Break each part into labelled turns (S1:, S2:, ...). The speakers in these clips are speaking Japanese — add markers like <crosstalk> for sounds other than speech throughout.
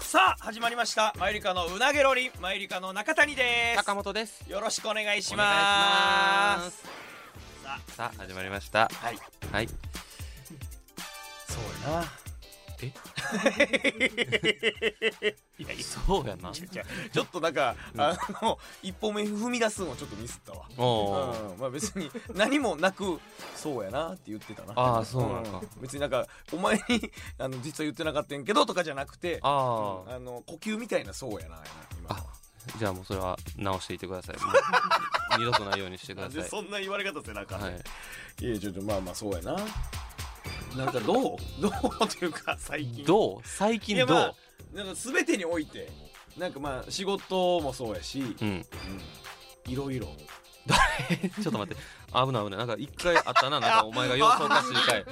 S1: さあ始まりましたマユリカのうなげロリンマユリカの中谷です
S2: 坂本です
S1: よろしくお願いし
S2: お
S1: ま
S2: 願いしますすさあ始まりました
S1: はい
S2: はい
S1: そうやな
S2: え
S1: いやいや
S2: そうやな
S1: 違うちょっとなんか、あの一歩目踏み出すのをちょっとミスったわ
S2: おおー、
S1: うん、まあ別に何もなくそうやなって言ってたな
S2: ああそうなんか、
S1: うん別になんかお前にあの実は言ってなかったんやけどとかじゃなくてあ
S2: ああ
S1: の呼吸みたいなそうやな今のは
S2: あじゃあもうそれは直していってくださいもう <laughs> 二度とないようにしてください
S1: なんな言われ方せなあかんね
S2: はいい
S1: やちょっとまあまあそうやななんかどうどうというか最近う
S2: どう最
S1: い
S2: 近
S1: や
S2: どう、
S1: まあなんか全てにおいてなんかまあ仕事もそうやし、う
S2: う
S1: ん
S2: ん <laughs>
S1: いろいろ
S2: ちょっと待って危ない危ないなんか一回あったななんかお前が様子おかしい回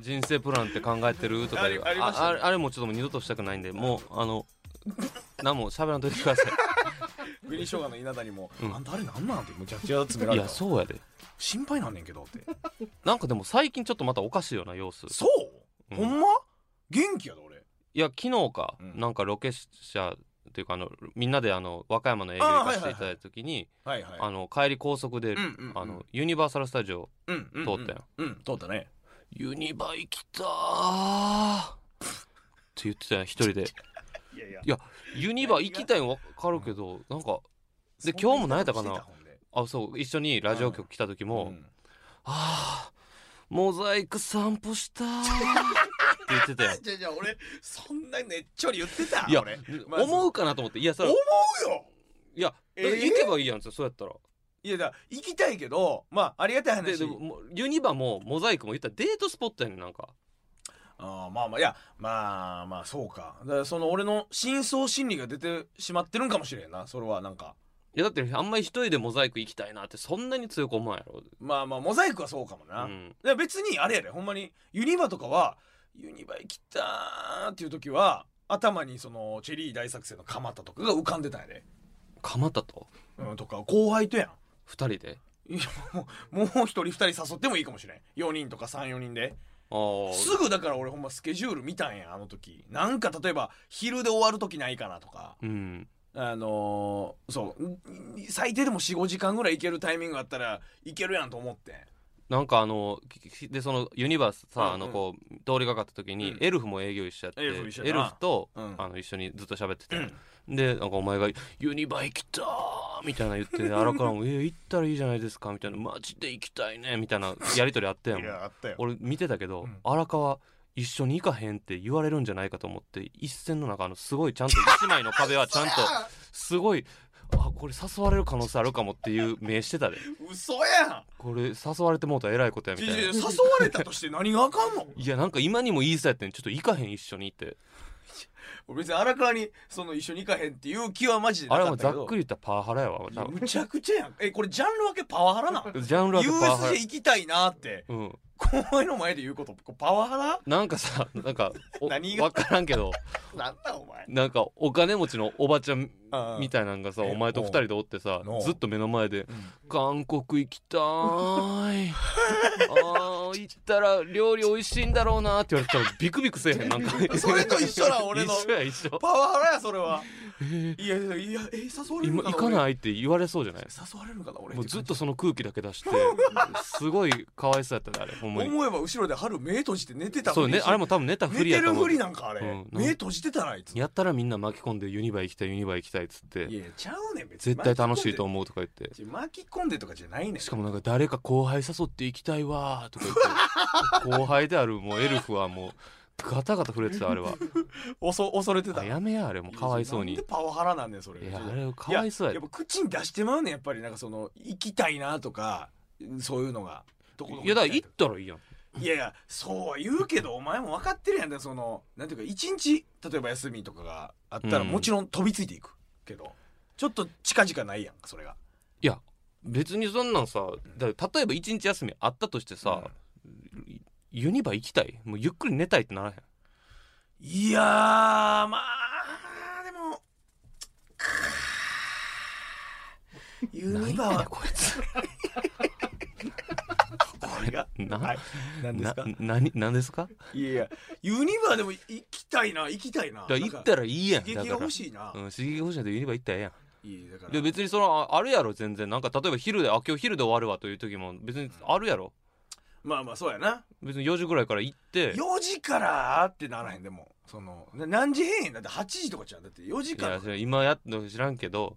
S2: 人生プランって考えてるとかいう
S1: ありありましたね
S2: ああれあれもちょっともう二度としたくないんでもうあの何も喋らんといてくだ
S1: <laughs>
S2: さ
S1: 紅生姜の稲田にも「
S2: うん
S1: あんたあれなんなん?」ってむちゃくちゃ詰め
S2: い
S1: ら
S2: い
S1: れ
S2: や
S1: た
S2: そうやで
S1: 心配なんねんけどって
S2: なんかでも最近ちょっとまたおかしいような様子
S1: そ
S2: う
S1: う、
S2: ん
S1: ほんま元気やで俺
S2: いや昨日か、
S1: うん
S2: なんかロケ車っていうかあのみんなであの和歌山の営業行かせていただいた時に
S1: はいはい
S2: あ,、の帰り高速で、
S1: うんうんうん
S2: あのユニバーサル・スタジオ
S1: うんうん
S2: 通ったよ
S1: うん通ったね
S2: ユニバ行きたーって言ってたよ一
S1: <laughs>
S2: 人で
S1: いやいや
S2: ユニバ行きたいの分かるけどなんかで今日も何やったかなあそう一緒にラジオ局来た時も、
S1: も
S2: ああモザイク散歩したーって言ってたよ
S1: <laughs> <laughs> じゃあじゃあ俺そんなねっちょり言ってた
S2: いや
S1: 俺
S2: 思
S1: う
S2: うかなと思っていやそれ
S1: 思
S2: いう
S1: よ
S2: や、
S1: えー
S2: 行けばいいやんそうやったら
S1: いやだから行きたいけどまあありがたい
S2: で
S1: 話
S2: でももうユニバもモザイクも言ったらデートスポットやねんなんか
S1: あーまあまあいやまあまあそうかだからその俺の深層心理が出てしまってるんかもしれんなそれはなんか
S2: いやだってあんまり一人でモザイク行きたいなってそんなに強く思わんやろ、
S1: まあまあモザイクはそうかも
S2: う
S1: な、
S2: ん、
S1: で別にあれやでほんまにユニバとかはユニバ行きたーっていう時は頭にそのチェリー大作戦の蒲田とかが浮かんでたんやで、
S2: 蒲田と
S1: うん、とか後輩とや
S2: 二人で
S1: んいやもうもう一人二人誘ってもいいかもしれん4人とか34人で
S2: ああ
S1: すぐだから俺ほんまスケジュール見たんやあの時なんか例えば昼で終わる時ないかなとか
S2: うん
S1: あのーそうん最低でも45時間ぐらい行けるタイミングがあったら行けるやんと思って
S2: なんかあのききでそのユニバースさ、
S1: うんうん
S2: あのこう通りかかった時に、
S1: うん
S2: エルフも営業一緒やって
S1: エルフ一緒
S2: エ
S1: やな
S2: ルフと、
S1: うん
S2: あの一緒にずっと喋ってて、でなんかお前が「ユニバ行きたー」みたいな言って荒からも「え行ったらいいじゃないですか」みたいな「マジで行きたいね」みたいなやり取りあったやん
S1: あったよ
S2: 俺見てたけど、
S1: うん
S2: 荒川一緒に行かへんって言われるんじゃないかと思って一線の中あのすごいちゃんと一枚の壁はちゃんと
S1: <laughs>
S2: すごいあこれ誘われる可能性あるかもっていう目してたで
S1: 嘘や
S2: これ誘われてもうたらえらいことや
S1: ん
S2: み
S1: ち
S2: た
S1: ょ
S2: いな
S1: ちょ誘われたとして何があかんの
S2: いやなんか今にも言いそうやってんちょっと行かへん一緒にって
S1: 俺別に荒川にその一緒に行かへんっていう気はマジでな
S2: あれは
S1: か
S2: も
S1: っ
S2: うざっ
S1: たけど
S2: くり言ったらパワハラやわ多
S1: いや
S2: 分
S1: むちゃくちゃやんえこれジャンル分けパワハラな
S2: ジャンル分けパワハ
S1: USJ
S2: ラ
S1: 行きたいなって
S2: うん
S1: 後輩の前で言うことこれパワハラ
S2: なんかさなんかお
S1: <laughs> 何が
S2: 分からんけど
S1: なんだお前
S2: なんかお金持ちのおばちゃんみ
S1: い
S2: たいなんがさ
S1: うん
S2: お前と二人でおってさ
S1: うん
S2: ずっと目の前で
S1: ん
S2: 「韓国行き
S1: <laughs>
S2: たーい」あー行ったら料理美味しいんだろうなーって言われたらビクビクせえへんなんか
S1: <laughs> それと一緒
S2: <laughs>
S1: だ俺の
S2: 一緒や一緒
S1: <laughs> パワハラやそれは、いやいやいやえ誘われる
S2: 今
S1: のか
S2: 行か
S1: ない
S2: ないって言われそうじゃない
S1: 誘われるのかな俺
S2: もうずってとその空気だけ出してすごい可哀想やったであれほほんまに
S1: 思えば後ろで春目閉じて寝てた
S2: そうねあれ
S1: も
S2: も多分ネタ
S1: 寝
S2: 不利
S1: て
S2: やと
S1: る
S2: 思
S1: ふ
S2: う
S1: りなんかあれ、
S2: うん
S1: 目閉じてたなあいつい
S2: やったらみんな巻き込んでユニバ行きたいユニバ行きたいっつって
S1: やちゃうねん別に
S2: 絶対楽しいと思うとか言って
S1: 巻き込んでとかじゃないねん
S2: しかもなんか誰か後輩誘って行きたいわーとか言って後輩であるもうエルフはもうガタガタ震えてたあれは
S1: 恐恐れてた
S2: あやめやあれもうかわいそうに
S1: いやなんでパワハラなんねんそれ
S2: いやあれかわいそうや
S1: や
S2: で
S1: っぱ口に出してまうねんやっぱりなんかその行きたいなとかそういうのがどこどこ
S2: いやだから行
S1: きた
S2: っ
S1: いと
S2: たらいいやん
S1: いやいやそうは言うけどお前も分かってるやんだからそのなんていうか一日例えば休みとかがあったら
S2: うん
S1: もちろん飛びついていくけど、ちょっと近々ないやんかそれが
S2: いや別にそんなんさだから例えば一日休みあったとしてさ、ユニバ行きたいもうゆっくり寝たいってならへん
S1: いやーまあでもくーユニバはこいつこれが
S2: な
S1: はい、何ですか
S2: な何何ですか
S1: いやいや、ユニバーでも行きたいな、行きたいな。
S2: だから行ったらいいやん
S1: 刺
S2: だ
S1: 激が
S2: から
S1: 欲しいな。
S2: うん、刺激が欲しいんでユニバ行ったらええやん
S1: いいだか
S2: いや
S1: ら。
S2: 別にそのああるやろ全然なんか例えば昼であ今日昼で終わるわという時も別にあるやろ
S1: まあまあ、そうやな。
S2: 別に4時ぐらいから行って
S1: 4時からってならへん、でも。その、な何時変やんだって8時とかじゃん。だって4時
S2: い
S1: から
S2: や
S1: なん
S2: そ
S1: で。
S2: れ今やっの知らんけど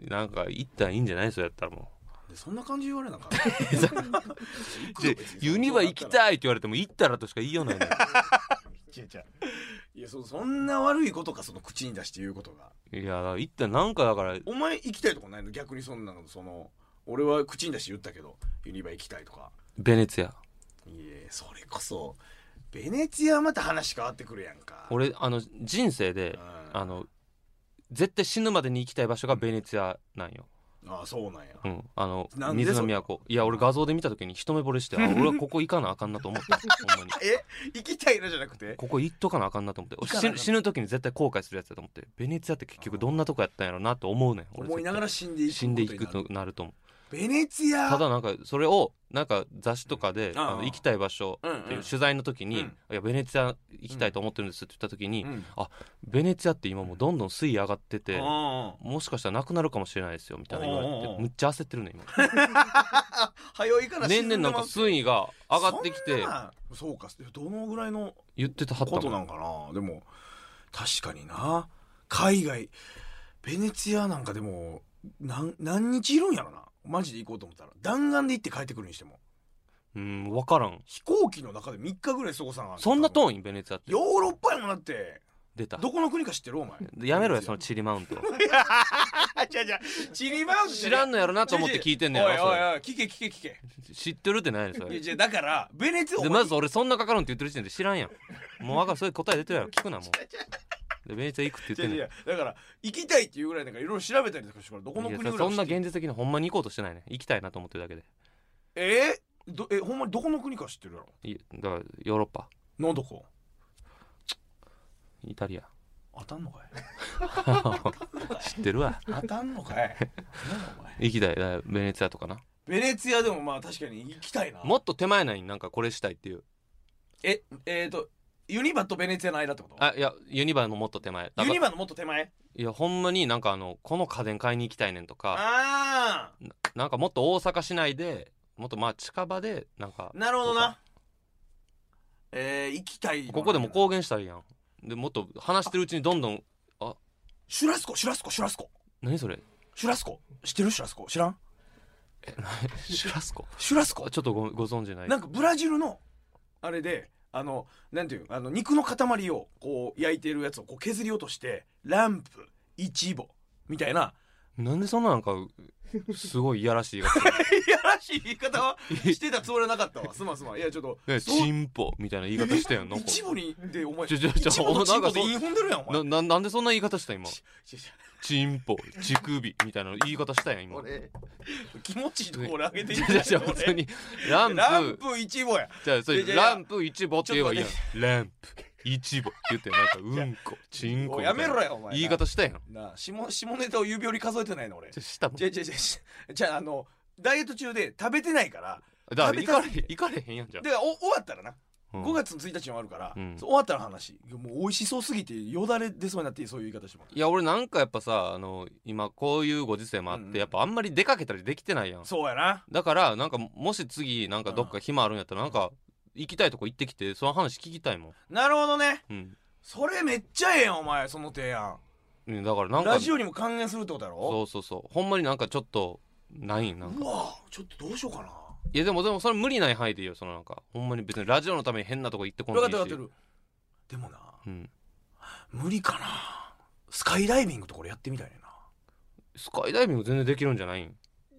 S2: なんか行ったらいいんじゃないそれやったらも
S1: そんな感じ言われなかった。
S2: <laughs>
S1: 行
S2: う
S1: く
S2: で
S1: よ別に
S2: ユニバ行き
S1: い。
S2: たいって言われても行ったらとしか言いようないのよ
S1: <laughs> 違う違ういやそ、そんな悪いことか、その口に出して言うことが。
S2: いや行ったらなんかだから
S1: お前行きたいとこないの逆にそんなの、その、俺は口に出して言ったけど、ユニバ行きたいとか。
S2: ベネツィア
S1: いえ、それこそ、ベネツィアはまた話変わってくるやんか。
S2: 俺あの人生で
S1: うん
S2: あの絶対死ぬまでに行きたい場所がベネツィアなんよ、
S1: ああそうなんや、
S2: うん、あの
S1: なんで
S2: 水の
S1: それ
S2: 都いや俺画像で見た時に一目惚れ
S1: <laughs>
S2: してあ俺はここ行かなあかんなと思ったほんまに
S1: え行きたいのじゃなくて
S2: ここ行っとかなあかんなと思
S1: 行
S2: っ
S1: かなあ
S2: て
S1: かん
S2: 死ぬ死ぬ時に絶対後悔するやつだと思ってベネツィアって結局どんなとこやったんやろなと思うねん俺
S1: 思いながら
S2: 絶
S1: 死んでい
S2: 対
S1: く
S2: 死んでいく
S1: ことになる
S2: なると思う
S1: ベネツィア
S2: ただなんかそれをなんか雑誌とかで、
S1: うんああ
S2: あの行きたい場所
S1: うんうん
S2: っていう取材の時に「
S1: うん
S2: いやベネツィア行きたいと思ってるんです」って言った時に、
S1: うん
S2: ベネツィアって今もうどんどん水位上がってて、
S1: あ
S2: もしかしたらなくなるかもしれないですよみたいな言われて
S1: おうおうおう
S2: むっちゃ焦ってるね
S1: あ早いか
S2: 今
S1: ら
S2: 年々なんか水位が上がってき
S1: そん
S2: て
S1: なそうかどのぐらいの
S2: 言ってたはった
S1: ことな
S2: もん
S1: んかなでも確かにな海外ベネツィアなんかでも何何日いるんやろなマジで行こうと思ったら弾丸で行って帰ってくるにしても
S2: うん分からん
S1: 飛行機の中で3日ぐらい過ごさなあか
S2: そんな
S1: 多分
S2: 遠いんベネツィアって
S1: ヨーロッパやもんだって
S2: 出た
S1: どこの国か知ってるお前
S2: やめろよそ
S1: の
S2: のチリマウント
S1: じゃじゃチリマウン
S2: <laughs>
S1: ト
S2: 知らんのやろなと思って聞いてんねん
S1: おい
S2: やろそ
S1: おい
S2: れ
S1: おい聞け聞け聞け
S2: 知ってるってないのそ
S1: い
S2: れ
S1: やじゃあだからベネツィア
S2: でまず俺そんなかかるんって言ってる時点で知らんやんもう分かるそういう答え出てるやろ聞くなも
S1: <laughs>
S2: うでベネツィア行くって
S1: じ
S2: 言
S1: ゃ
S2: ってんねん
S1: じゃだから行きたいっていうぐらいなんかいろいろ調べたりとかしてからどこの
S2: いや
S1: 国ぐら
S2: そ
S1: い
S2: んな現実的にほんまに行こうとしてないね行きたいなと思ってるだけで
S1: えー、どえほんまにどこの国か知ってるやろ
S2: いやだからヨーロッパ
S1: のどこ
S2: イタリア
S1: 当たんのかい
S2: 知ってるわ
S1: 当たんのかいなんだお前
S2: 行きたいだからベネツィアとかな
S1: ベネツィアでもまあ確かに行きたいな
S2: もっと手前ないなんかこれしたいっていう
S1: ええー、とユニバとベネツィアの間ってこと
S2: あいやユニバのもっと手前だから
S1: ユニバのもっと手前
S2: いやほんまになんかあのこの家電買いに行きたいねんとか
S1: ああ
S2: なんかもっと大阪市内でもっとまあ近場でなんか
S1: なるほどなえー、行きたいの
S2: ここでも公言したらいいやんでもっと話してるうちにどんどん
S1: シュラスコシュラスコシュラスコ
S2: 何それ
S1: シュラスコ知ってるシュラスコ知らん
S2: <laughs> シュラスコ
S1: シュラスコ
S2: あちょっとごご存知ない
S1: なんかブラジルのあれであのなんていうあの肉の塊をこう焼いてるやつをこう削り落としてランプイチボみたいな
S2: なんでそんななんかすごいいやらしい言い方
S1: <laughs>
S2: する
S1: いやらしい言い方はしてたつもりはなかったわすまんすまんいやちょっと
S2: ねチンポみたいな言い方したやんなん
S1: イ
S2: か
S1: チボにでお前
S2: ちょちょちょ
S1: イチボのチンコで
S2: お前
S1: 言い踏んでるやんお前
S2: なななんでそんな言い方した今
S1: ちちょち
S2: チンポ乳首みたいな言い方したやん
S1: ょ
S2: 今
S1: 俺気持ちいいとこ俺上げてい
S2: じ
S1: い
S2: <laughs> ゃじゃじゃ普通にランプ
S1: ランプイチボや
S2: じゃあそれ
S1: いやいや
S2: ランプ一ぼって言えばいいやんランプ一ぼ言ってなんかうんこちんこ
S1: おい
S2: み
S1: や
S2: たい
S1: め
S2: な
S1: ろやお前
S2: 言い方したやんじゃ
S1: なあ下下ネタを指折り数えてないの俺
S2: あしたもん
S1: じゃじゃじゃじゃああのダイエット中で食べてないから
S2: だから
S1: 食
S2: 行
S1: べた
S2: か
S1: す
S2: れ
S1: ぎて
S2: 行かれへんやんじゃ
S1: だからお終わったらな、
S2: あ、うん
S1: 5月の1日もあるから、
S2: うん
S1: そう終わったら話いやもう美味しそうすぎてよだれ出そうになってそういう言い方してもら
S2: いや俺なんかやっぱさあの今こういうご時世もあって、
S1: うんうん
S2: やっぱあんまり出かけたりできてないやん
S1: うそうやな
S2: だからなんかもし次なんかどっか暇あるんやったらなんか行きたいとこ行ってきてその話聞きたいもん、
S1: なるほどね
S2: うん
S1: それめっちゃええやんお前その提案
S2: ね、だからなんか
S1: ラジオにも還元するってことやろ
S2: そうそうそうほんまになんかちょっとないなんか
S1: うわちょっとどうしようかない
S2: やでもでもそれ無理ない範囲でいいよそのなんかほんまに別にラジオのために変なとこ行ってこん
S1: 分か
S2: で
S1: っ
S2: いい
S1: て
S2: し
S1: る分かってるでもな
S2: うん、
S1: 無理かなスカイダイビングとか俺やってみたいねんな
S2: スカイダイビング全然できるんじゃないん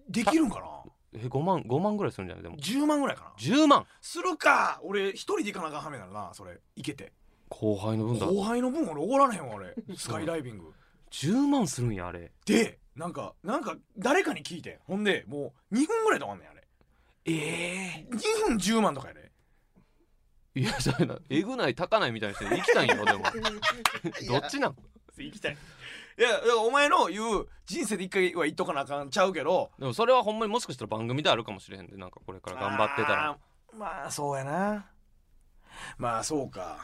S1: できるんかな
S2: え5万5万ぐらいするんじゃないでも
S1: 10万ぐらいかな
S2: 10万
S1: するか俺一人で行かなあかんはめなのなそれ行けて
S2: 後輩の分だ
S1: 後輩の分俺おごられへんわ俺スカイダイビング
S2: 10万するんやあれ
S1: でなんかなんか誰かに聞いてんほんでもう2分ぐらいとかあんねんあれ
S2: え
S1: 2分10万とかやで
S2: えいやそれなえぐない高ないみたいにして行きたいんやろ
S1: <laughs>
S2: でもどっちなん
S1: 行きたいいやだからお前の言う人生で一回は行っとかなあかんちゃうけど
S2: でもそれはほんまにもしかしたら番組であるかもしれへんでなんかこれから頑張ってたら
S1: あーまあそうやなまあそうか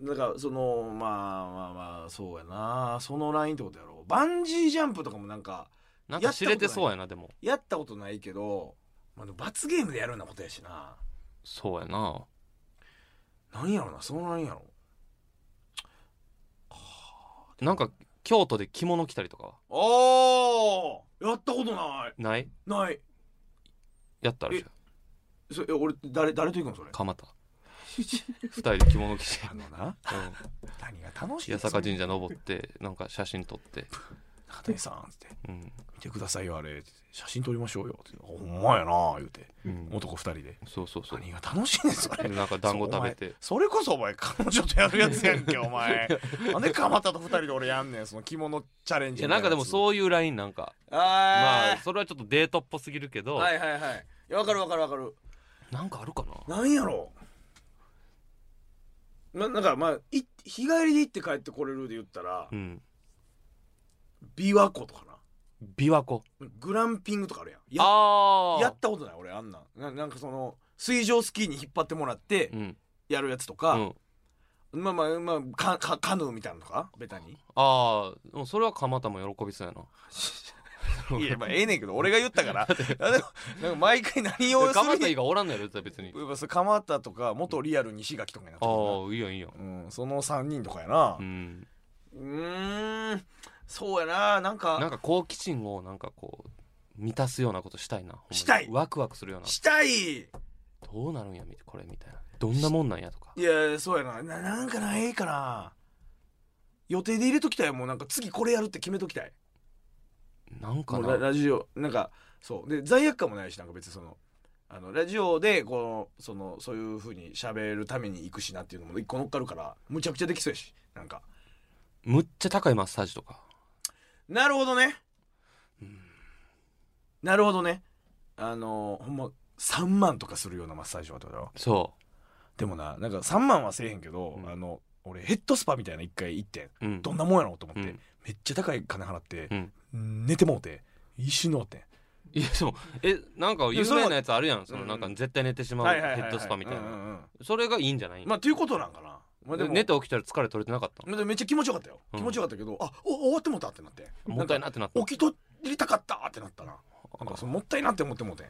S1: だからそのまあまあまあそうやなそのラインってことやろバンジージャンプとかもなんか
S2: なんか知れてそうやなでも
S1: やったことないけど、まあ、でも罰ゲームでやるようなことやしな
S2: そうやな
S1: 何やろなそのラインやろ
S2: なんか京都で着物着たりとかは
S1: ああやったことない
S2: ない
S1: ない
S2: やったらじゃ
S1: それえ俺誰誰と行くのそれ
S2: あ蒲
S1: <laughs>
S2: 田二人で着物着て
S1: あ、のな
S2: うん、
S1: 何が楽 <laughs> しい
S2: 八坂神社登ってなんか写真撮って、
S1: 中谷さんっつって
S2: うん
S1: 見てくださいよあれって写真撮りましょうよってほんまやな言うて
S2: うん、
S1: 男二人で
S2: そうそうそう
S1: 何が楽しいねんそ
S2: で
S1: れ
S2: なんか <laughs> 団子食べて
S1: それこそお前彼女とやるやつやんけ
S2: <laughs>
S1: お前なんで蒲田と二人で俺やんねんその着物チャレン
S2: い
S1: ジ
S2: やなんかでも
S1: う
S2: そういうラインなんかま
S1: あ
S2: あそれはちょっとデートっぽすぎるけ
S1: あ
S2: ど、
S1: はいはいはいいやわかるわかるわかる
S2: なんかあるかな
S1: なんやろななんかまあい日帰りで行って帰ってこれるで言ったら
S2: うん
S1: 琵琶湖とか
S2: 琵琶湖
S1: なグランピングとかあるやんや
S2: ああ
S1: やったことない俺あんなんななんかその水上スキーに引っ張ってもらって
S2: うん、
S1: やるやつと
S2: う
S1: か、
S2: ん、
S1: まあまあまあかかカヌーみたいなのとかベ
S2: <laughs>
S1: タに
S2: ああでもそれは蒲田も喜びそうやない
S1: やまあええねんけど俺が言っ
S2: <laughs>
S1: たからあでもなんか毎回何をす
S2: 蒲
S1: る
S2: 田以
S1: に
S2: 外おらんのやろ別に
S1: やっぱそう蒲田とか元リアル西垣とかになって
S2: あ
S1: るな
S2: あいいやんいいやん
S1: うん、その3人とかやな
S2: うん
S1: うんーんそうやななんか
S2: なんか好奇心をなんかこう満たすようなことしたいなほんまに
S1: したい
S2: ワクワクするような
S1: したいい
S2: どうなるんやみこれみたいなどんなもんなんやとか
S1: やそうやなななんかないかな予定で入れときたいもうなんか次これやるって決めときたい
S2: なんか
S1: もうラ
S2: な
S1: ラジオなんかそうで罪悪感もないしなんか別にそのあのラジオでこのそのそういうふうに喋るために行くしなっていうのも一個乗っかるからむちゃくちゃできそうやしなんか
S2: むっちゃ高いマッサージとか
S1: なるほどねなるほどねあのほんま3万とかするようなマッサージはどうだろ
S2: そ
S1: でもななんか3万はせえへんけど、
S2: うん
S1: あの俺ヘッドスパみたいな一回行ってん
S2: ううん
S1: どんなもんやろうと思って、
S2: うん
S1: めっちゃ高い金払って
S2: う、ん
S1: 寝てもうて一瞬治ってん
S2: いやでもえなんか有名なやつあるやんその
S1: うん
S2: なんか絶対寝てしまうヘッドスパみたい
S1: うんう
S2: なん
S1: うん
S2: それがいいんじゃない
S1: まあということなんかな、まあ、
S2: で
S1: も
S2: 寝て起きたら疲れ取れてなかった
S1: でもめっちゃ気持ちよかったよ、
S2: うん
S1: 気持ちよかったけどあお終わってもうたってなって
S2: もったいなん
S1: なか
S2: ってなった
S1: 起きとりたかったってなったななんかそのもったいなって思ってもうて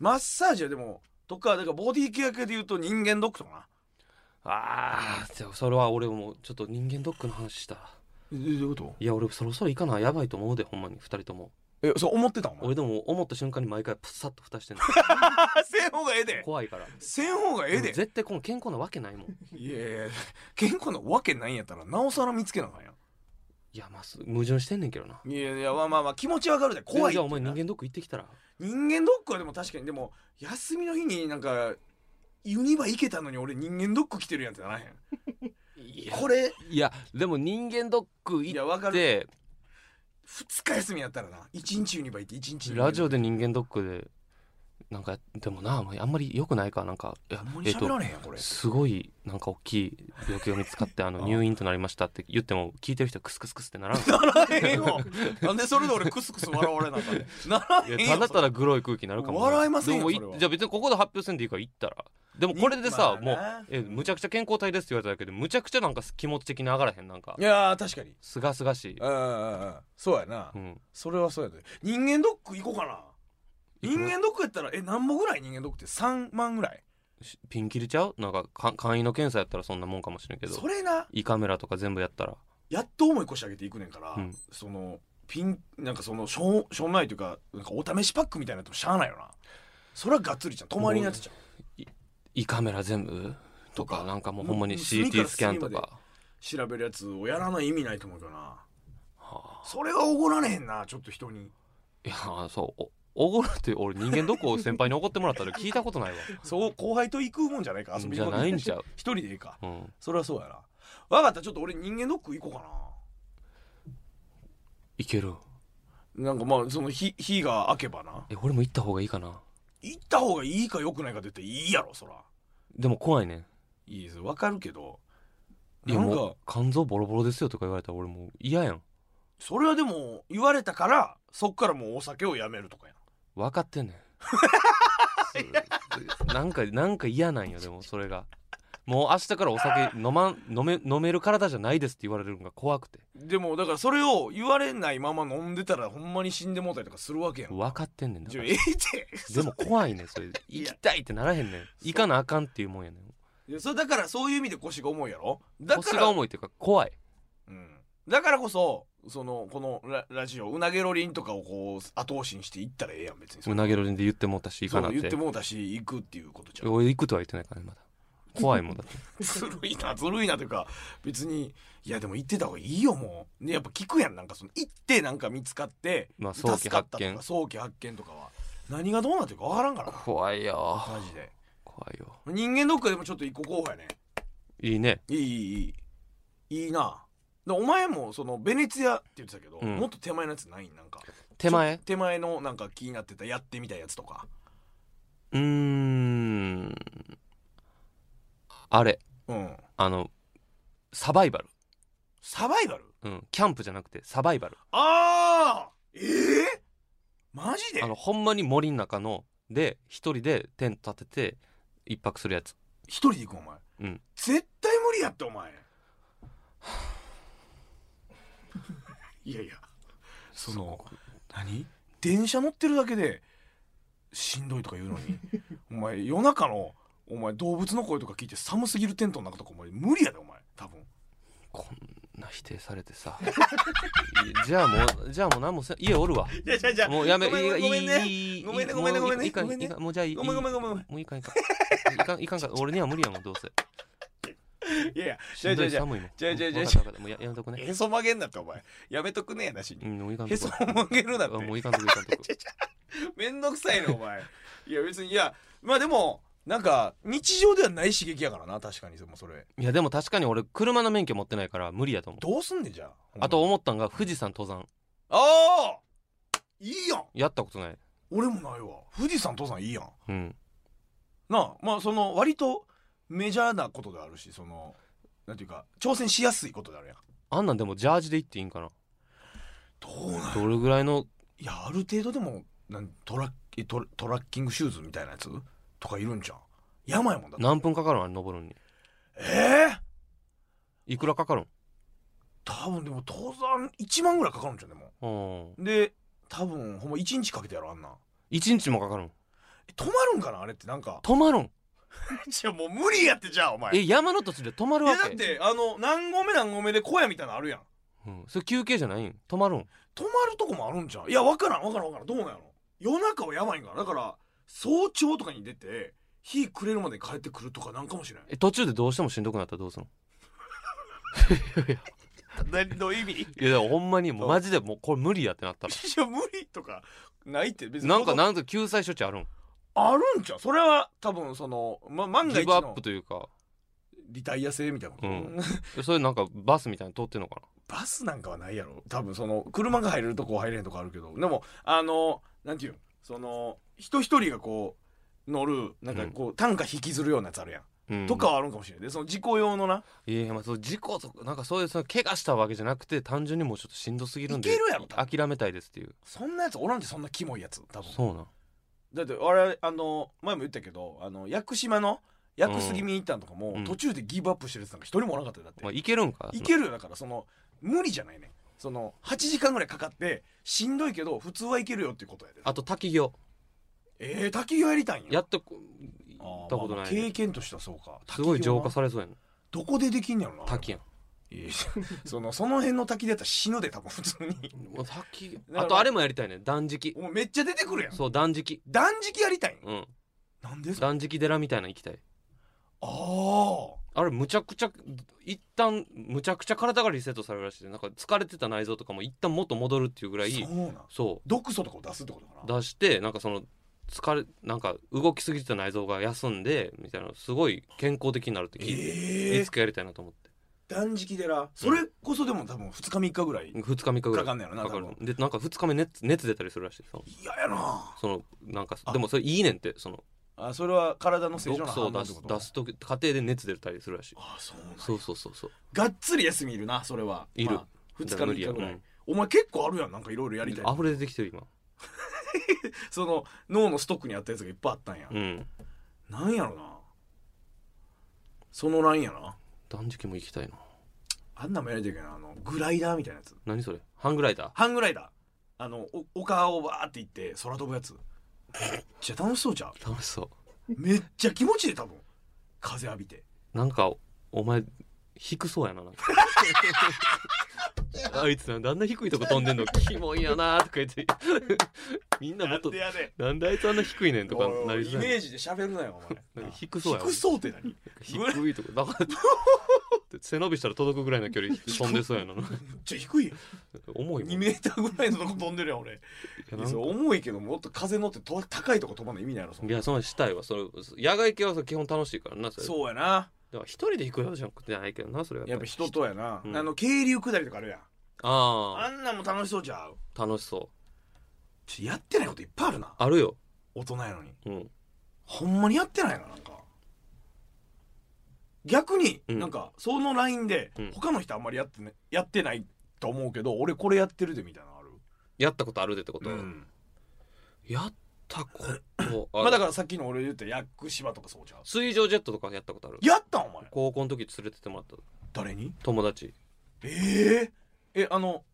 S1: マッサージはでもとかだからボディケア系で言うと人間ドックとかな
S2: あーでもそれは俺もちょっと人間ドックの話した
S1: えどういうこと
S2: いや俺そろそろいいかなやばいと思うでほんまに2人とも
S1: えそう思ってたお前
S2: 俺でも思った瞬間に毎回プサッと蓋して
S1: <laughs>
S2: んの
S1: あせん方がええで
S2: 怖いから
S1: せん方がええ
S2: でも
S1: で
S2: 絶対この健康なわけないもん
S1: いやいやいや健康なわけないんやったらなおさら見つけなあかんや
S2: いやまあす矛盾してんねんけどない
S1: やいやまあまあまあ気持ちわかるで怖い
S2: じゃあお前人
S1: 人
S2: 間ドック行ってきたら
S1: 間ドックはでも確かにでも休みの日になんかユニバ行けたのに俺人間ドック来てるやんってならへん
S2: い
S1: これ
S2: いやでも人間ドック
S1: い
S2: 行
S1: やわか
S2: っ
S1: る
S2: て
S1: 2日休みやったらな1日ユニバ行って1日ユニバ
S2: ラジオで人間ドックでなんかやでもなお前あんまり良くないかなんかいや
S1: あんま
S2: え
S1: り
S2: っ
S1: 喋ら
S2: と
S1: れへんやんこれ
S2: すごいなんか大きい病気が見つかってあの入院となりましたって言っても聞いてる人はクスクスクスってならんい
S1: ならへんよ <laughs> なんでそれで俺クスクス笑われなあかんねんならへ
S2: や
S1: んよ <laughs>
S2: ただただグロい空気になるかもな
S1: 笑えませんよ
S2: でもい
S1: それは
S2: じゃあ別にここで発表せんでいいから行ったらでもこれでさ、も
S1: まあ
S2: う
S1: な
S2: えむちゃくちゃ健康体ですって言われただけでむちゃくちゃなんか気持ち的に上がらへんなんか
S1: いやー確かに
S2: すがすがしい
S1: うんうんうんうんそうやな
S2: うん
S1: それはそうやで人間ドック行こうかな人間ドックやったらえ何もぐらい人間ドックって3万ぐらい
S2: しピン切れちゃうなんかか簡易の検査やったらそんなもんかもしれんけど
S1: それな
S2: 胃カメラとか全部やったら
S1: やっと思い越し上げていくねんから、
S2: うん
S1: そのピンなんかそのしょうしょうもないというかなんかお試しパックみたいなのとしゃあないよなそれはがっつりじゃん泊まりになってちゃう
S2: 胃カメラ全部と
S1: とか
S2: かなんかもうほんまに
S1: もう隅から
S2: CT スキャンと
S1: 隅まで
S2: か
S1: 調べるやつをやらない意味ないと思うけどな
S2: はあ
S1: それはおごられへんなちょっと人に
S2: いやそうおおごるって俺人間どこを先輩に怒ってもらったら聞いたことないわ
S1: そう後輩と行くもんじゃない <laughs> か遊び
S2: じ
S1: に
S2: ゃないん
S1: 一
S2: ちゃう、
S1: 人でいいか
S2: うん、
S1: それはそうやなわかったちょっと俺人間ドック行こうか
S2: いける
S1: ななんかまあその日日が明けばな
S2: え俺も行った方がいいかな
S1: 行った方がいいか良くないかって言ったらいいやろそら
S2: でも怖いね
S1: いいですわかるけど
S2: い
S1: な
S2: や
S1: ん
S2: も
S1: か
S2: う肝臓ボロボロですよとか言われたら俺もう嫌やん
S1: それはでも言われたからそっからもうお酒をやめるとかやん
S2: 分かってんねんそ
S1: <laughs>
S2: うなんかなんか嫌なんよでもそれがもう明日からお酒飲まん飲め飲める体じゃないですって言われるのが怖くて
S1: でもだからそれを言われないまま飲んでたらほんまに死んでもうたりとかするわけやん
S2: 分かってんねんだ
S1: じ
S2: か
S1: ゃあ
S2: ら
S1: ええって
S2: でも怖いねんそれ
S1: い
S2: 行
S1: や
S2: きたいってならへんねん行かなあかんっていうもんやねん
S1: いやそれだからそういう意味で腰が重いやろだか
S2: 腰
S1: ら
S2: が重いっていうか怖い
S1: うん、だからこそそのこのララジオうなげろりんとかをこう後押しにしていったらええやん別にそう
S2: なげろりんで言ってもうたし行
S1: そ
S2: かなっ
S1: う
S2: て
S1: 言ってもうたし行くっていうことじゃん
S2: 俺行くとは言ってないからねまだ怖いもんだ
S1: <laughs>
S2: って
S1: ずるいなずるいなというか別にいやでも行ってた方がいいよもう、ね、やっぱ聞くやんなんかその行ってなんか見つかって、
S2: まあ早期
S1: 助かっ
S2: 発
S1: たと
S2: 見
S1: か早期発見とかは何がどうなってるか分からんからな
S2: 怖いよ
S1: マジで
S2: 怖いよ
S1: 人間どっかでもちょっと一個候補やね
S2: いいね
S1: いいいいいいいいなでお前もそのベネツィアって言ってたけど、
S2: うん
S1: もっと手前のやつないなんか
S2: 手前
S1: ちょ手前のなんか気になってたやってみたやつとか
S2: うーんあれ
S1: うん
S2: あのサバイバル、
S1: サバイバル
S2: うん、キャンプじゃなくてサバイバル
S1: ああええマジで
S2: あのほんまに森の中ので一人でテント立てて一泊するやつ
S1: 一人で行くお前、
S2: うん
S1: 絶対無理やってお前いやいやその何電車乗ってるだけでしんどいとか言うのにお前夜中のお前動物の声とか聞いて寒すぎるテントの中とかお前無理やでお前多分
S2: こんな否定されてさ <laughs> いじゃあもうじゃあもう何もせん家おるわ
S1: いやじゃじ
S2: もうやめ
S1: ごめん
S2: いい
S1: ごめんね
S2: いいいい
S1: ごめんねごめんね
S2: もう
S1: ごめんね
S2: いかん
S1: ごめんね
S2: いかんもうじゃあいい
S1: ごめんごめんごめんごめん
S2: もういかんいかんいかんいかんか俺には無理やもんどうせ
S1: いやいや
S2: しんどい
S1: じゃあ
S2: 寒いもん
S1: じゃあじゃあじゃあ
S2: わかったわかったもうややめとくね
S1: へそ曲げんなってお前やめとくねやなし
S2: う
S1: に
S2: んもういかんと
S1: へ
S2: こ
S1: そ曲げるなっ
S2: あもう
S1: て
S2: いかんとこいかんとこ
S1: めんどくさいねお前いや別にいやまあでもなんか日常ではない刺激やからな確かにもうそれ
S2: いやでも確かに俺車の免許持ってないから無理やと思う
S1: どうすんねんじゃあ
S2: あと思ったんが富士山登山
S1: ああいいやん
S2: やったことない
S1: 俺もないわ富士山登山いいやん
S2: うん
S1: なあまあその割とメジャーなことであるしそのなんていうか挑戦しやすいことであるやん
S2: あんなんでもジャージで行っていいんかな
S1: どうなん
S2: どれぐらいの
S1: いやある程度でもなんトラッえトラトラッキングシューズみたいなやつとかいるんじゃん山やもんだって
S2: 何分かかるのあれ登るのに
S1: ええ
S2: いくらかかるん
S1: 多分でも登山1万ぐらいかかるんじゃんでも
S2: うん
S1: で多分ほんま1日かけてやろあんな
S2: 一日もかかるん
S1: え泊まるんかなあれってなん <laughs> か
S2: 泊まるん
S1: じゃもう無理やってじゃあお前
S2: え山の途中で泊まる
S1: い
S2: わ
S1: や
S2: け
S1: だってあの何合目何合目で小屋みたいなのあるやん
S2: うん、それ休憩じゃないん泊まるん
S1: 泊まるとこもあるんじゃんいやわからんわからんわからんどうなんやろ夜中はやばいんかなだから早朝とかに出て日暮れるまで帰ってくるとかなんかもしれん
S2: え途中でどうしてもしんどくなったらどうする
S1: <laughs> 何の意味
S2: のいやでもほんまにも
S1: そ
S2: う
S1: う
S2: マジでもうこれ無理やってな
S1: <laughs>
S2: ったら
S1: いや無理とかないって別に
S2: なんか
S1: その
S2: なんか救済処置あるん
S1: あるんじゃんそれは多分その、ま、万が
S2: ギ
S1: 一
S2: ブアッ
S1: の
S2: プというか
S1: リタイア制みたいなこと、
S2: うんそれなんかバスみたいに通ってんのか
S1: バスなんかはないやろ多分その車が入れるとこ入れへんとこあるけどでもあのなんていうのその人一人がこう乗るなんかこう、単価引きずるようなやつあるやん、
S2: な、うん、
S1: とかはあるんかもしれないでその事故用のない
S2: やいやまあそう事故とかなんかそういうその怪我したわけじゃなくて単純にもうちょっとしんどすぎるんで
S1: いけるやろ多
S2: 諦めたいですっていう
S1: そんなやつおらんてそんなキモいやつ多分
S2: そうなん
S1: だって俺あの前も言ったけどあの屋久島の屋久杉見に行ったんとかも、
S2: うん
S1: 途中でギブアップしてるやつなんか一人もおらんかったよだって、
S2: まあいけるんか
S1: いけるよだからその無理じゃないねその8時間ぐらいかかってしんどいけど普通はいけるよっていうことやで
S2: あと滝行
S1: ええー、滝行やりたいんや
S2: やったこ
S1: あー
S2: 行ったことない
S1: まあまあ経験としてはそうか
S2: すごい浄化
S1: 滝行な
S2: されそうやん
S1: どこでできんやろな
S2: 滝やん
S1: いやいや <laughs> そのその辺の滝だったら死ぬで多分普通に <laughs>
S2: うわ滝
S1: ら
S2: あとあれもやりたいね断食
S1: お前めっちゃ出てくるやん
S2: そう断食
S1: 断食やりたいん
S2: うん
S1: なんですか
S2: 断食寺みたいなの行きたい
S1: ああ
S2: あれむちゃくちゃ一旦むちゃくちゃ体がリセットされるらしいでなんか疲れてた内臓とかも一旦元戻るっていうぐらい
S1: そうなん
S2: そ
S1: 毒素とかを出すってことか
S2: う
S1: な
S2: 出してなんかその疲れなんか動きすぎてた内臓が休んでみたいなすごい健康的になるって聞いて、
S1: ええ
S2: いつかやりたいなと思って
S1: 断食寺それこそでも多分2日3日ぐらい
S2: 2日3日ぐらい
S1: かかんねやろな
S2: かかる
S1: 多
S2: でなんか2日目熱熱出たりするらしいその
S1: 嫌やな
S2: そのなんか
S1: あ
S2: でもそれいいねんってその
S1: あそれは体の正常
S2: 毒
S1: な
S2: 素
S1: 反
S2: を
S1: 応
S2: 出
S1: って
S2: す
S1: こと
S2: 出す時家庭で熱出たりするらしい
S1: ああそうなん
S2: そうそうそうそう
S1: がっつり休みいるなそれはい
S2: る
S1: まあ、2日3日ぐらい、
S2: うん
S1: お前結構あるやんなんかいろいろやりたい
S2: 溢れ出てきてる今
S1: その脳のストックにあったやつがいっぱいあったんや、
S2: うん
S1: なんやろなそのラインやな
S2: 断食も行きたいな
S1: あんなんもやりたいけどなあのグライダーみたいなやつ
S2: 何それハングライダー
S1: 半グライダーあのお丘をバーって行って空飛ぶやつめっちゃ楽しそうじゃん
S2: 楽しそ
S1: めっちゃ気持ちいいで多分風浴びて
S2: うなんかお前低そうやななん
S1: <laughs>
S2: かあいつなんであんな低いとこ飛んでんのキモいよなとか言ってみんなもっと
S1: やで
S2: なんであいつあんな低いねんとか
S1: おい
S2: な
S1: お
S2: り
S1: いイ
S2: そう
S1: メ
S2: やね
S1: ージで喋るなよお前
S2: ん低そうや
S1: 低そうって何
S2: ん低いとこだ
S1: <laughs>
S2: から背伸びしたら届くぐらいの距離飛んでそうやな
S1: じゃ低いよ
S2: 重いもん
S1: 2メーターぐらいのとこ飛んでるやん
S2: い
S1: 俺
S2: やなん
S1: いや
S2: か
S1: そう重いけどもっと風乗ってと高いとこ飛ばない意味ないやろそん
S2: い
S1: な
S2: やそのしたいわその野外系はさ基本楽しいからなそれ
S1: そうやな
S2: だから一人で行くようじゃなくてないけどなそれは
S1: やっぱ人とやな、
S2: うん
S1: あの渓流下りとかあるやんあ
S2: あ
S1: んなんも楽しそうじゃう
S2: あ楽しそう
S1: ちょやってないこといっぱいあるな
S2: あるよ
S1: 大人やのに
S2: うん
S1: ほんまにやってないななんか逆に、
S2: うん
S1: なんかそのラインで、
S2: うん
S1: 他の人あんまりやって,、ね、やってないと思うけど俺これやってるでみたいなのある、
S2: やったことあるでってこと、
S1: うん、
S2: やった <coughs> ことあ
S1: ま
S2: る、
S1: あだからさっきの俺言った屋久島とかそうじゃう
S2: 水上ジェットとかやったことある
S1: やったんお前
S2: 高校の時連れてってもらった
S1: 誰に
S2: 友達
S1: えええあの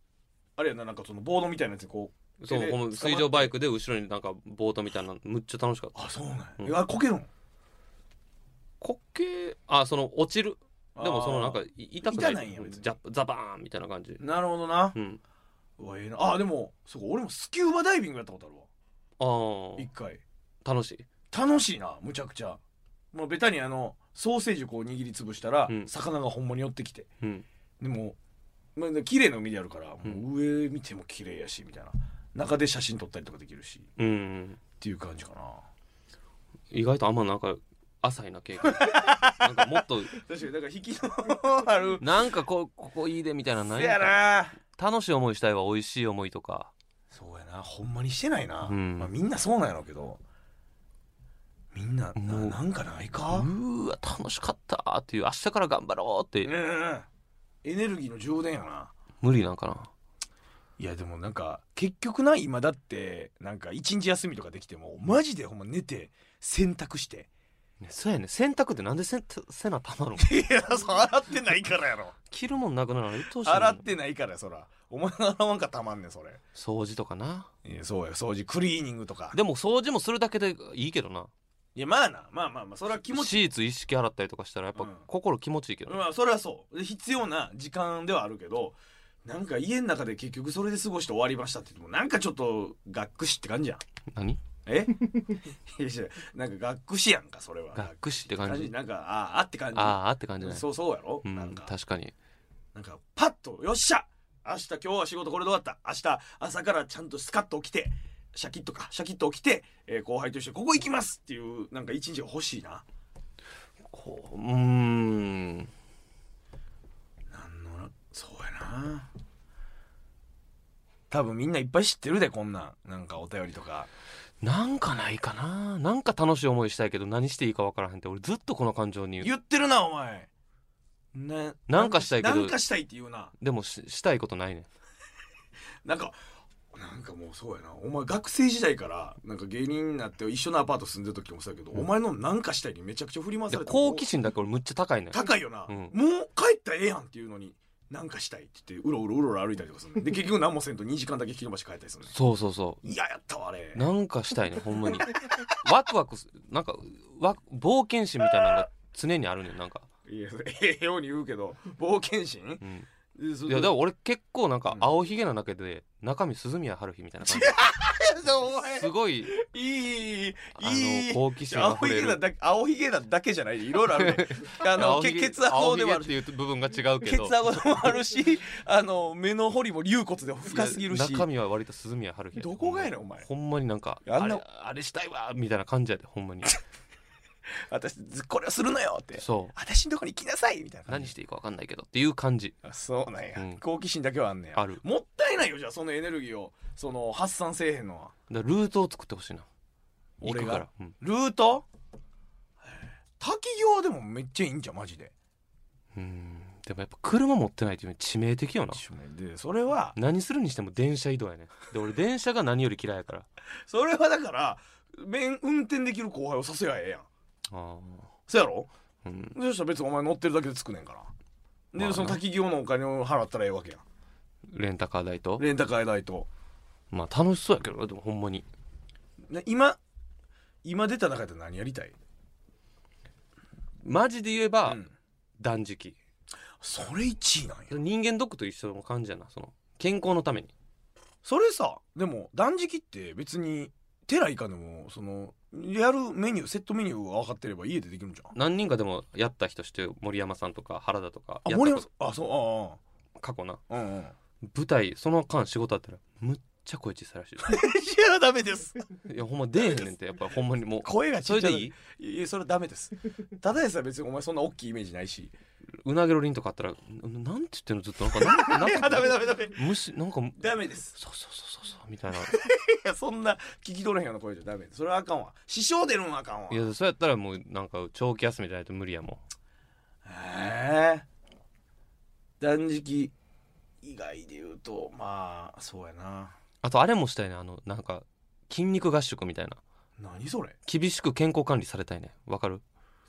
S1: あれやななんかそのボードみたいなやつにこう
S2: そ
S1: で
S2: うこの水上バイクで後ろになんかボートみたいなのむっちゃ楽しかった
S1: あそうなんや、
S2: うん
S1: あれこけるん
S2: 滑稽あその落ちるでもそのなんか
S1: あ
S2: い痛くない
S1: 痛ないんや別に
S2: ジャザバーンみたいな感じ
S1: ーなるほどな
S2: うん
S1: うわええなあでもそうか俺もスキューバダイビングやったことあるわ
S2: あ
S1: 一回
S2: あ楽しい
S1: 楽しいなむちゃくちゃもうベタにあのソーセージをこう握りつぶしたら、
S2: うん
S1: 魚がほんまに寄ってきて
S2: うん
S1: でも、まあ、綺麗な海でやるから、
S2: うん
S1: もう上見ても綺麗やしみたいな中で写真撮ったりとかできるしっ
S2: うん
S1: ていう感じかな
S2: 意外とあんまなんか浅いな経 <laughs> 験なんかもっと
S1: 確かにだから引きのある
S2: なんかこここいいでみたいなのないん
S1: や
S2: か
S1: な
S2: 楽しい思いしたいわ美味しい思いとか
S1: そうやなほんまにしてないな、
S2: うん
S1: まあ、みんなそうなんやろうけどみんなな
S2: もう
S1: なんかないうか
S2: ーわ楽しかったっていう明日から頑張ろうって、
S1: うんうんうんエネルギーの充電やな
S2: 無理なんかない
S1: やでもなんか結局な今だってなんか一日休みとかできてもマジでほんま寝て洗濯して
S2: ねそうやね洗濯ってなんでせんせなたま <laughs> るの
S1: いやそう洗ってないからやろ
S2: 着るもんなくなるのうっとうしいねん
S1: 洗ってないからやそらお前が洗わんかたまんねんそれ
S2: 掃除とかない
S1: やそうや掃除クリーニングとか
S2: でも掃除もするだけでいいけどない
S1: やまあなまあまあまあそれは気持ちい
S2: シ
S1: い
S2: ーツ一式洗ったりとかしたらやっぱ
S1: うん
S2: 心気持ちいいけどね、
S1: まあそれはそうで必要な時間ではあるけどなんか家の中で結局それで過ごして終わりましたって言ってもなんかちょっとがっくしって感じやん
S2: 何
S1: え <laughs> いやいやなんかがっくしやんかそれは
S2: がっくしって感じ
S1: なんかあーあって感じ
S2: あーあって感じない
S1: そうそうやろ、
S2: うん
S1: なんか
S2: 確かに
S1: なんかパッと「よっしゃ明日今日は仕事これで終わった明日朝からちゃんとスカッと起きてシャキッとかシャキッと起きて、えー後輩と一緒にここ行きます」っていうなんか一日が欲しいな
S2: こううーん
S1: なんのなそうやな多分みんないっぱい知ってるでこんなんなんかお便りとか
S2: なんかないかななんか楽しい思いしたいけど何していいか分からへんって俺ずっとこの感情に
S1: 言ってるなお前な
S2: なんかしたいけど
S1: なんかしたいって言うな
S2: でもししたいことないねん
S1: なんかなんかもうそうやなお前学生時代からなんか芸人になって一緒のアパート住んでる時もそうやけど、お前のなんかしたいにめちゃくちゃ振り回
S2: で
S1: されて
S2: 好奇心だけ俺むっちゃ高いねん
S1: 高いよな、
S2: うん
S1: もう帰ったらええやんっていうのになんかしたいって言ってうろうろうろうろ歩いたりとかするので結局何もせんと2時間だけ引き延ばして帰ったりするの
S2: そうそうそ
S1: いややったわあれ
S2: うなんかしたいねほんまにワクワクすなんかわ冒険心みたいなのが常にあるねんなんか、
S1: いやええように言うけど冒険心
S2: うん、
S1: えそ
S2: いやだから俺結構なんか
S1: うん
S2: 青ひげな中で中身鈴宮春日みたいな感じ
S1: お前
S2: すごい
S1: いいいいいい
S2: あ
S1: い
S2: の
S1: い
S2: 好奇心あ
S1: 青
S2: ふ
S1: ひ
S2: れ
S1: げだ
S2: る
S1: だけ青ひげだだけじゃないいろいろ
S2: <laughs>
S1: あるねあの
S2: 青
S1: け
S2: ひげ
S1: 血圧法でもある
S2: 青ひげっていう部分が違うけ
S1: 血
S2: ど
S1: 圧もあるし <laughs> あの目の彫りも龍骨で深すぎる
S2: いや
S1: し
S2: 中身は割と鈴宮春日やで
S1: どこがやねんお前
S2: ほんまになんか
S1: あ
S2: あ
S1: んな
S2: れあれしたいわみたいな感じやでほんま
S1: <laughs>
S2: に
S1: 私これをするのよって
S2: そ
S1: 私のとこに来なさいみたいな
S2: う
S1: 感
S2: 何
S1: じ
S2: していいか分かんないけどっていう感じ
S1: あそうなんや、
S2: うん
S1: 好奇心だけはあんねや
S2: ある
S1: もったいないよじゃあそのエネルギーをその発散せえへんのは
S2: だからルートを作ってほしいな行
S1: 俺
S2: く
S1: が
S2: から、うん
S1: ルート滝行でもめっちゃいいんじゃんマジで
S2: うんでもやっぱ車持ってないっていうのは致命的よな
S1: でそれは
S2: 何するにしても電車移動やねで俺電車が何より嫌いやから
S1: それはだから免運転できる後輩をさせやええやん
S2: あ
S1: そやろ
S2: あうん
S1: そしたら別にお前乗ってるだけでつくねんからで、
S2: まあな
S1: その滝行のお金を払ったらええわけやん
S2: レンタカー代と
S1: レンタカー代と
S2: まあ楽しそうやけどなでもほんまに
S1: な今今出た中で何やりたい
S2: マジで言えば、
S1: うん
S2: 断食
S1: それ1位なんや
S2: 人間ドックと一緒の感じやなその健康のために
S1: それさでも断食って別に寺行かんでもそのやるメニューセットメニューが分かってれば家でできるんじゃん
S2: 何人かでもやった人して森山さんとか原田とか
S1: あ
S2: やっ
S1: 森
S2: た
S1: 山
S2: こ
S1: さんあそ
S2: と過去な
S1: うああうんうんい
S2: 舞台その間仕事あったらむっちゃ声小さいらしい
S1: やダメです
S2: いやほんま出えへんねんってやっぱほんまにもう
S1: <laughs> 声がち
S2: そ
S1: っ
S2: れ
S1: ちゃ
S2: で
S1: い
S2: いい
S1: いやそれダメですただでさえ別にお前そんな大きいイメージないし
S2: うなげろりんとかあったらんなんて言ってんのずっとなんかなんかなん
S1: い
S2: か
S1: や <laughs> <laughs> ダメダメダメ
S2: むしなんか
S1: ダメです
S2: そうそうそうそうそうみたいない
S1: やそんな聞き取れへんような声じゃダメそれはあかんわ師匠出るんはあかんわ
S2: いやそうやったらもうなんか長期休みじゃないと無理やもん
S1: へえ断食以外で言うとまあそうやな
S2: あとあれもしたいねあのなんか筋肉合宿みたいな
S1: 何それ
S2: 厳しく健康管理されたいねわかる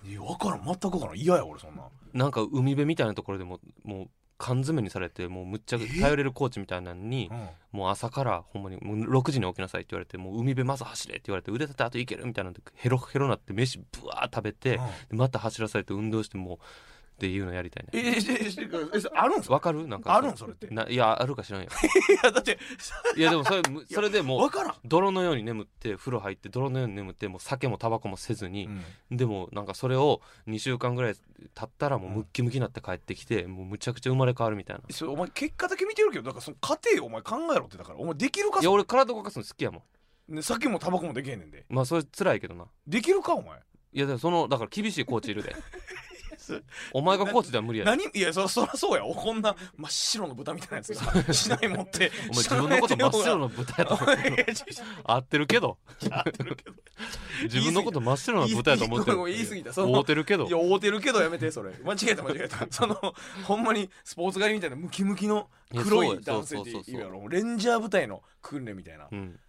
S1: いや分からん全く分からん嫌や俺そんな
S2: なんか海辺みたいなところでももう缶詰にされてもうむっちゃ頼れるコーチみたいなのに
S1: うん
S2: もう朝からほんまにもう6時に起きなさいって言われてもう海辺まず走れって言われて腕立てあといけるみたいなんでヘロヘロなって飯ぶわー食べてでまた走らされて運動してもうっていうのやりたい
S1: え
S2: ね
S1: ええええあるんすか
S2: わかるなんか
S1: あるんそれってい
S2: ないやあるか知らんよ
S1: やだって
S2: いやでもそれ
S1: <laughs>
S2: むそれでも
S1: 分
S2: う
S1: からん、
S2: 泥のように眠って風呂入って泥のように眠ってもう酒もタバコもせずに、でもなんかそれを2週間ぐらい経ったらもうムッキムキになって帰ってきて、もうむちゃくちゃ生まれ変わるみたいな
S1: それお前結果だけ見てるけどだからその過程をお前考えろってだからお前できるか
S2: いや俺体動かすの好きやもん
S1: ね酒もタバコもできへんねんで
S2: まあそれ辛いけどな
S1: できるかお前
S2: いやでもそのだから厳しいコーチいる
S1: <laughs>
S2: で
S1: そ
S2: お前がコーチでは無理やで
S1: 何いやそそらそうやおこんな真っ白の豚みたいなやつ
S2: <laughs>
S1: がしないもって
S2: お前自分のこと真っ白 <laughs> な
S1: の
S2: 豚
S1: <laughs>
S2: やと思ってる合ってるけど自分のこと真っ白な豚やと思ってる
S1: 言い過ぎたその
S2: 合うてるけど
S1: いや合うてるけどやめてそれ間違えた間違
S2: <laughs>
S1: えたそのほんまにスポーツ狩りみたいなムキムキの黒い
S2: いや
S1: 男
S2: そ
S1: 性
S2: う
S1: っ
S2: や
S1: て
S2: そうそうそうそう
S1: いるやろレンジャー部隊の訓練みたいな
S2: うん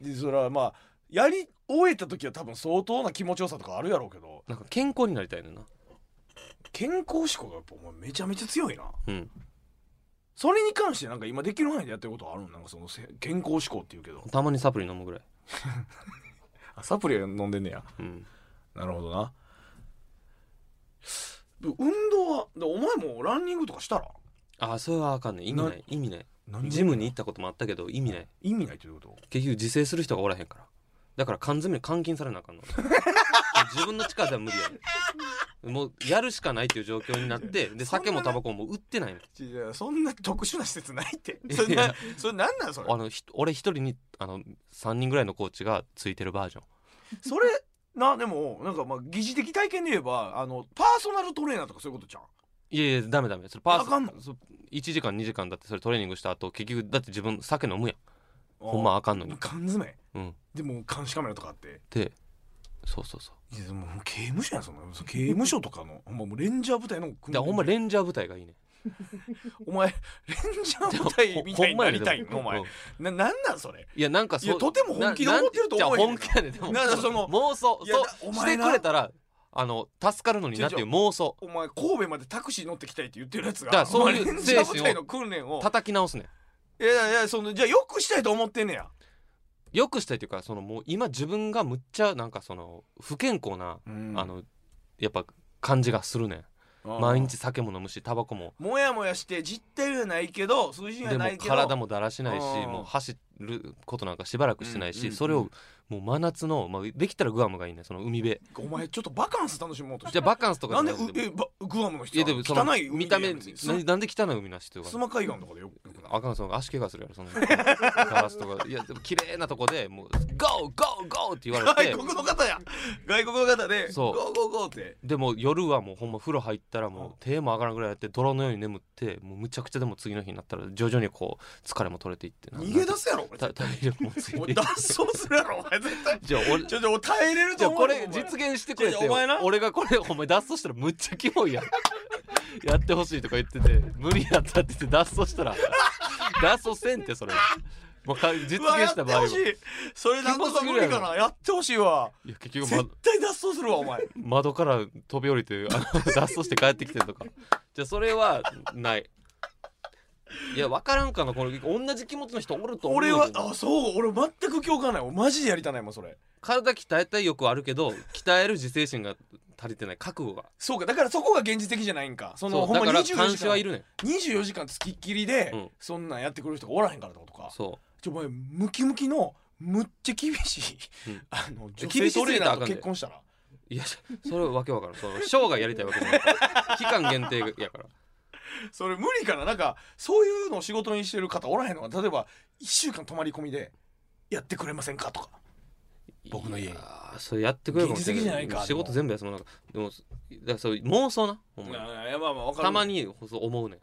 S1: でそれはまあやり終えた時は多分相当な気持ちよさとかあるやろうけど
S2: なんか健康になりたいねんな
S1: 健康志向がやっぱお前めちゃめちゃ強いな
S2: うん
S1: それに関してなんか今できる範囲でやってることあるのなんかそのせ健康志向っていうけど
S2: たまにサプリ飲むぐらい
S1: あサプリは飲んでんねや
S2: うん
S1: なるほどなで運動はでお前もランニングとかしたら
S2: ああそれはあかんね意味ない意味ない
S1: 何が
S2: ジムに行ったこともあったけど意味ない
S1: 意味ないということ
S2: 結局自制する人がおらへんからだから缶詰に監禁されなあ
S1: <laughs>
S2: かんの自分の力では無理やねんもうやるしかないっていう状況になってで
S1: そんな
S2: 酒もタバコももう売ってないの
S1: いやそんな特殊な施設ないってそれ
S2: い
S1: な
S2: や
S1: それなんなんそれ
S2: あのひ俺一人にあの3人ぐらいのコーチがついてるバージョン
S1: それなでもなんかまあ疑似的体験で言えばあのパーソナルトレーナーとかそういうことじゃん
S2: いやいやダメダメそれパー
S1: あかんの
S2: ソ1時間2時間だってそれトレーニングした後結局だって自分酒飲むやんほんま
S1: あ
S2: あかんのに
S1: 缶詰
S2: うん
S1: でも監視カメラとかあって
S2: でそうそうそう
S1: いやでももう刑務所やんそんなその刑務所とかのほんまもうレンジャー部隊の
S2: だからほんまレンジャー部隊がいいね
S1: お前レンジャー部隊みたいになりたいのお前
S2: うん
S1: ななんなんそれ
S2: いやなんか
S1: いやとても本気で思ってると思えへ
S2: な
S1: ん
S2: なんじゃあ本気やねんでも
S1: なんかその
S2: 妄想
S1: いや
S2: そう
S1: だお
S2: し
S1: 前
S2: て
S1: な
S2: くれたらあの助かるのになっていう妄想
S1: お前神戸までタクシー乗ってきたいって言ってるやつ
S2: だ
S1: が
S2: からそういう
S1: お前レンジャー部
S2: 精神
S1: 隊
S2: を
S1: の訓練を
S2: 叩き直すねん
S1: いやいやいやそのじゃあよくしたいと思ってんねや
S2: よくしたいというかそのもう今自分がむっちゃなんかその不健康な、あのやっぱ感じがするねん毎日酒も飲むしタバコも
S1: もやもやして実体はないけど数字は
S2: でも
S1: ないけど
S2: 体もだらしないし
S1: うん
S2: もう走ることなんかしばらくしてないし、
S1: うんうん
S2: それをもう真夏の、まあ、できたらグアムがいいねその海辺
S1: お前ちょっとバカンス楽しもうとし
S2: じ
S1: て
S2: ゃあバカンスとか
S1: なんで
S2: じゃなくて
S1: うえばグアムの
S2: い
S1: 人
S2: や
S1: は
S2: でもその
S1: 汚い海
S2: 見た目
S1: で
S2: な
S1: 別に
S2: なんで汚い海な人が
S1: スマ海岸とかでよくよくない
S2: あかんその足怪我するやろそのガラスとかいやでも綺麗なとこでもう「ゴーゴーゴー!」って言われ
S1: 外
S2: て
S1: 国の方や外国の方で
S2: そう
S1: ゴーゴーゴーって
S2: でも夜はもうほんま風呂入ったらも
S1: うん
S2: う手も上がらんぐらいやって泥のように眠ってもうむちゃくちゃでも次の日になったら徐々にこう疲れも取れていってな
S1: 逃げ出すやろお前
S2: た
S1: 絶対
S2: 体力もつい
S1: <laughs> お
S2: て
S1: 前脱走するやろお前絶対
S2: じゃあ俺
S1: ちょちょ耐えれる
S2: じ
S1: と
S2: ゃあ
S1: 思う
S2: これ
S1: お前
S2: 実現してくれ
S1: ちょ
S2: て
S1: ちょお前な
S2: 俺がこれお前脱走したらむっちゃキモいやん <laughs> やってほしいとか言ってて無理やったって言って脱走したら脱走せんってそれもうか実現
S1: うわやっ
S2: してた場合
S1: ほ
S2: は
S1: しいそれなんとか無理かなやってほしいわ
S2: いや結局ま
S1: 絶対脱走するわお前
S2: 窓から飛び降りてあの <laughs> 脱走して帰ってきてるとかじゃあそれはないいや分からんかなこれ同じ気持ちの人おると思う
S1: 俺
S2: よ
S1: はあそう俺全く共感ない俺マジでやりたないもんそれ
S2: 体鍛えたい欲はあるけど鍛える自制心が足りてない覚悟が
S1: そうかだからそこが現実的じゃないんかその
S2: そう
S1: ほん
S2: だ
S1: ま
S2: から
S1: 24時
S2: 監視はい
S1: 間
S2: るねん
S1: 24時間つきっきりで、
S2: うん
S1: そんなんやってくる人がおらへんからってことか
S2: そ
S1: ちょお前ムキムキのむっちゃ厳しい、
S2: うん
S1: <laughs> あの女
S2: 厳
S1: 性
S2: しすぎた
S1: トレー
S2: ら
S1: ナ
S2: あか
S1: ーと
S2: んで
S1: 結婚したら
S2: ういやそれはわけわからんその生涯やりたいわけじゃないから期間限定やから
S1: それ無理かななんかそういうのを仕事にしてる方おらへんのか例えば1週間泊まり込みでやってくれませんかとか僕の家に
S2: いやーそれやってくれるかもしれ
S1: 現実的じゃ
S2: な
S1: ないいか
S2: 仕事全部休まなかったでもだからそう妄想なほんまに
S1: いやまあまあわかる
S2: たまにそう思うねん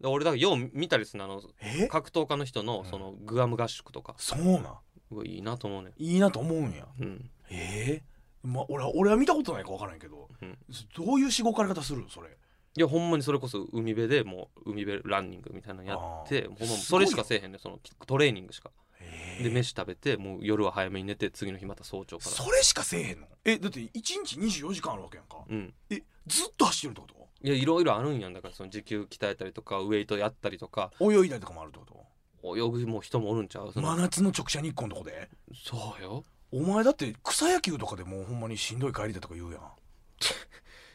S2: で俺だからよう見たりするのあの
S1: え
S2: 格闘家の人の
S1: うん
S2: そのグアム合宿とか、
S1: そうなん
S2: うわいいなと思うね
S1: いいなと思うんや
S2: ん、うん、
S1: ええまあ俺は俺は見たことないか分からんけど、
S2: うん
S1: どういうしごかれ方するのそれ
S2: いやほんまにそれこそ海辺でもう海辺ランニングみたいなのやってほんまもうそれしかせえへんねんそのトレーニングしか
S1: ええ
S2: で飯食べてもう夜は早めに寝て次の日また早朝から
S1: それしかせえへんのえだって1日24時間あるわけやんか
S2: うん
S1: えずっと走ってるってこ
S2: いやいろいろあるんやんだからその時給鍛えたりとかウエイトやったりとか
S1: と泳いだりとかもあるってこ
S2: 泳ぐも人もおるんちゃうそ
S1: と
S2: の
S1: 真夏の直射日光のとこで
S2: そうよ
S1: お前だって草野球とかでもうほんまにしんどい帰りだとか言うやん
S2: い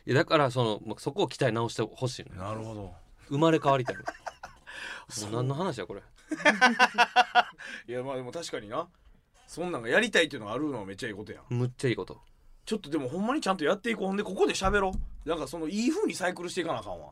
S2: やだからそのもうそこを鍛え直してほしいのよ
S1: なるほど
S2: 生まれ変わりたい
S1: <laughs>
S2: の
S1: そ
S2: も
S1: う
S2: う何の話やこれ
S1: いやまあでも確かになそんなんがやりたいっていうのがあるのはめっちゃいいことやん
S2: むっちゃいいこと
S1: ちょっとでもほんまにちゃんとやっていこうほんでここで喋ろうなんかそのいい風にサイクルしていかなあかんわ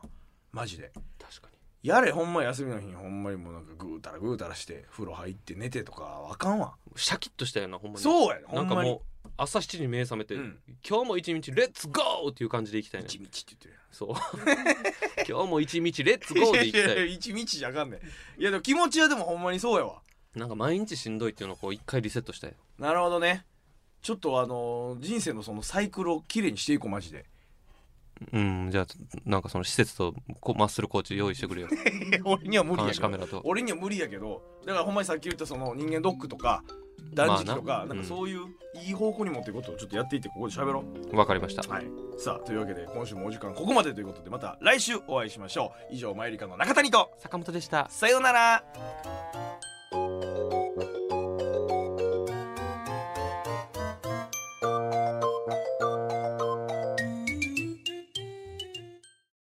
S1: マジで
S2: 確かに
S1: やれほんま休みの日にほんまにもうなんかぐうたらぐうたらして風呂入って寝てとかわかんわ
S2: シャキッとしたよなほんまに
S1: そうやねほ
S2: なん
S1: ん
S2: か
S1: まに
S2: もう朝7時に目覚めて、
S1: うん
S2: 今日も一日レッツゴーっていう感じでいきたいね
S1: 一日って言ってるやん
S2: そう <laughs> 今日も一日レッツゴーでいきた
S1: やや
S2: い
S1: や一日じゃあかんねんいやでも気持ちはでもほんまにそうやわ
S2: なんか毎日しんどいっていうのをこう一回リセットしたい
S1: なるほどねちょっとあのー人生のそのサイクルをきれいにしていこうマジで
S2: うんじゃあなんかその施設とこマッスルコーチ用意してくれよ
S1: 俺には無理や
S2: 監視
S1: け
S2: カメ
S1: ど
S2: ラと
S1: 俺には無理やけどだからほんまにさっき言ったその人間ドックとか断食とか、
S2: まあな
S1: なん
S2: うん
S1: かそういういい方向に持っていくことをちょっとやっていってここで喋ろう
S2: わかりました
S1: はい、さあというわけで今週もお時間ここまでということでまた来週お会いしましょう以上マユリカの中谷と
S2: 坂本でした
S1: さようなら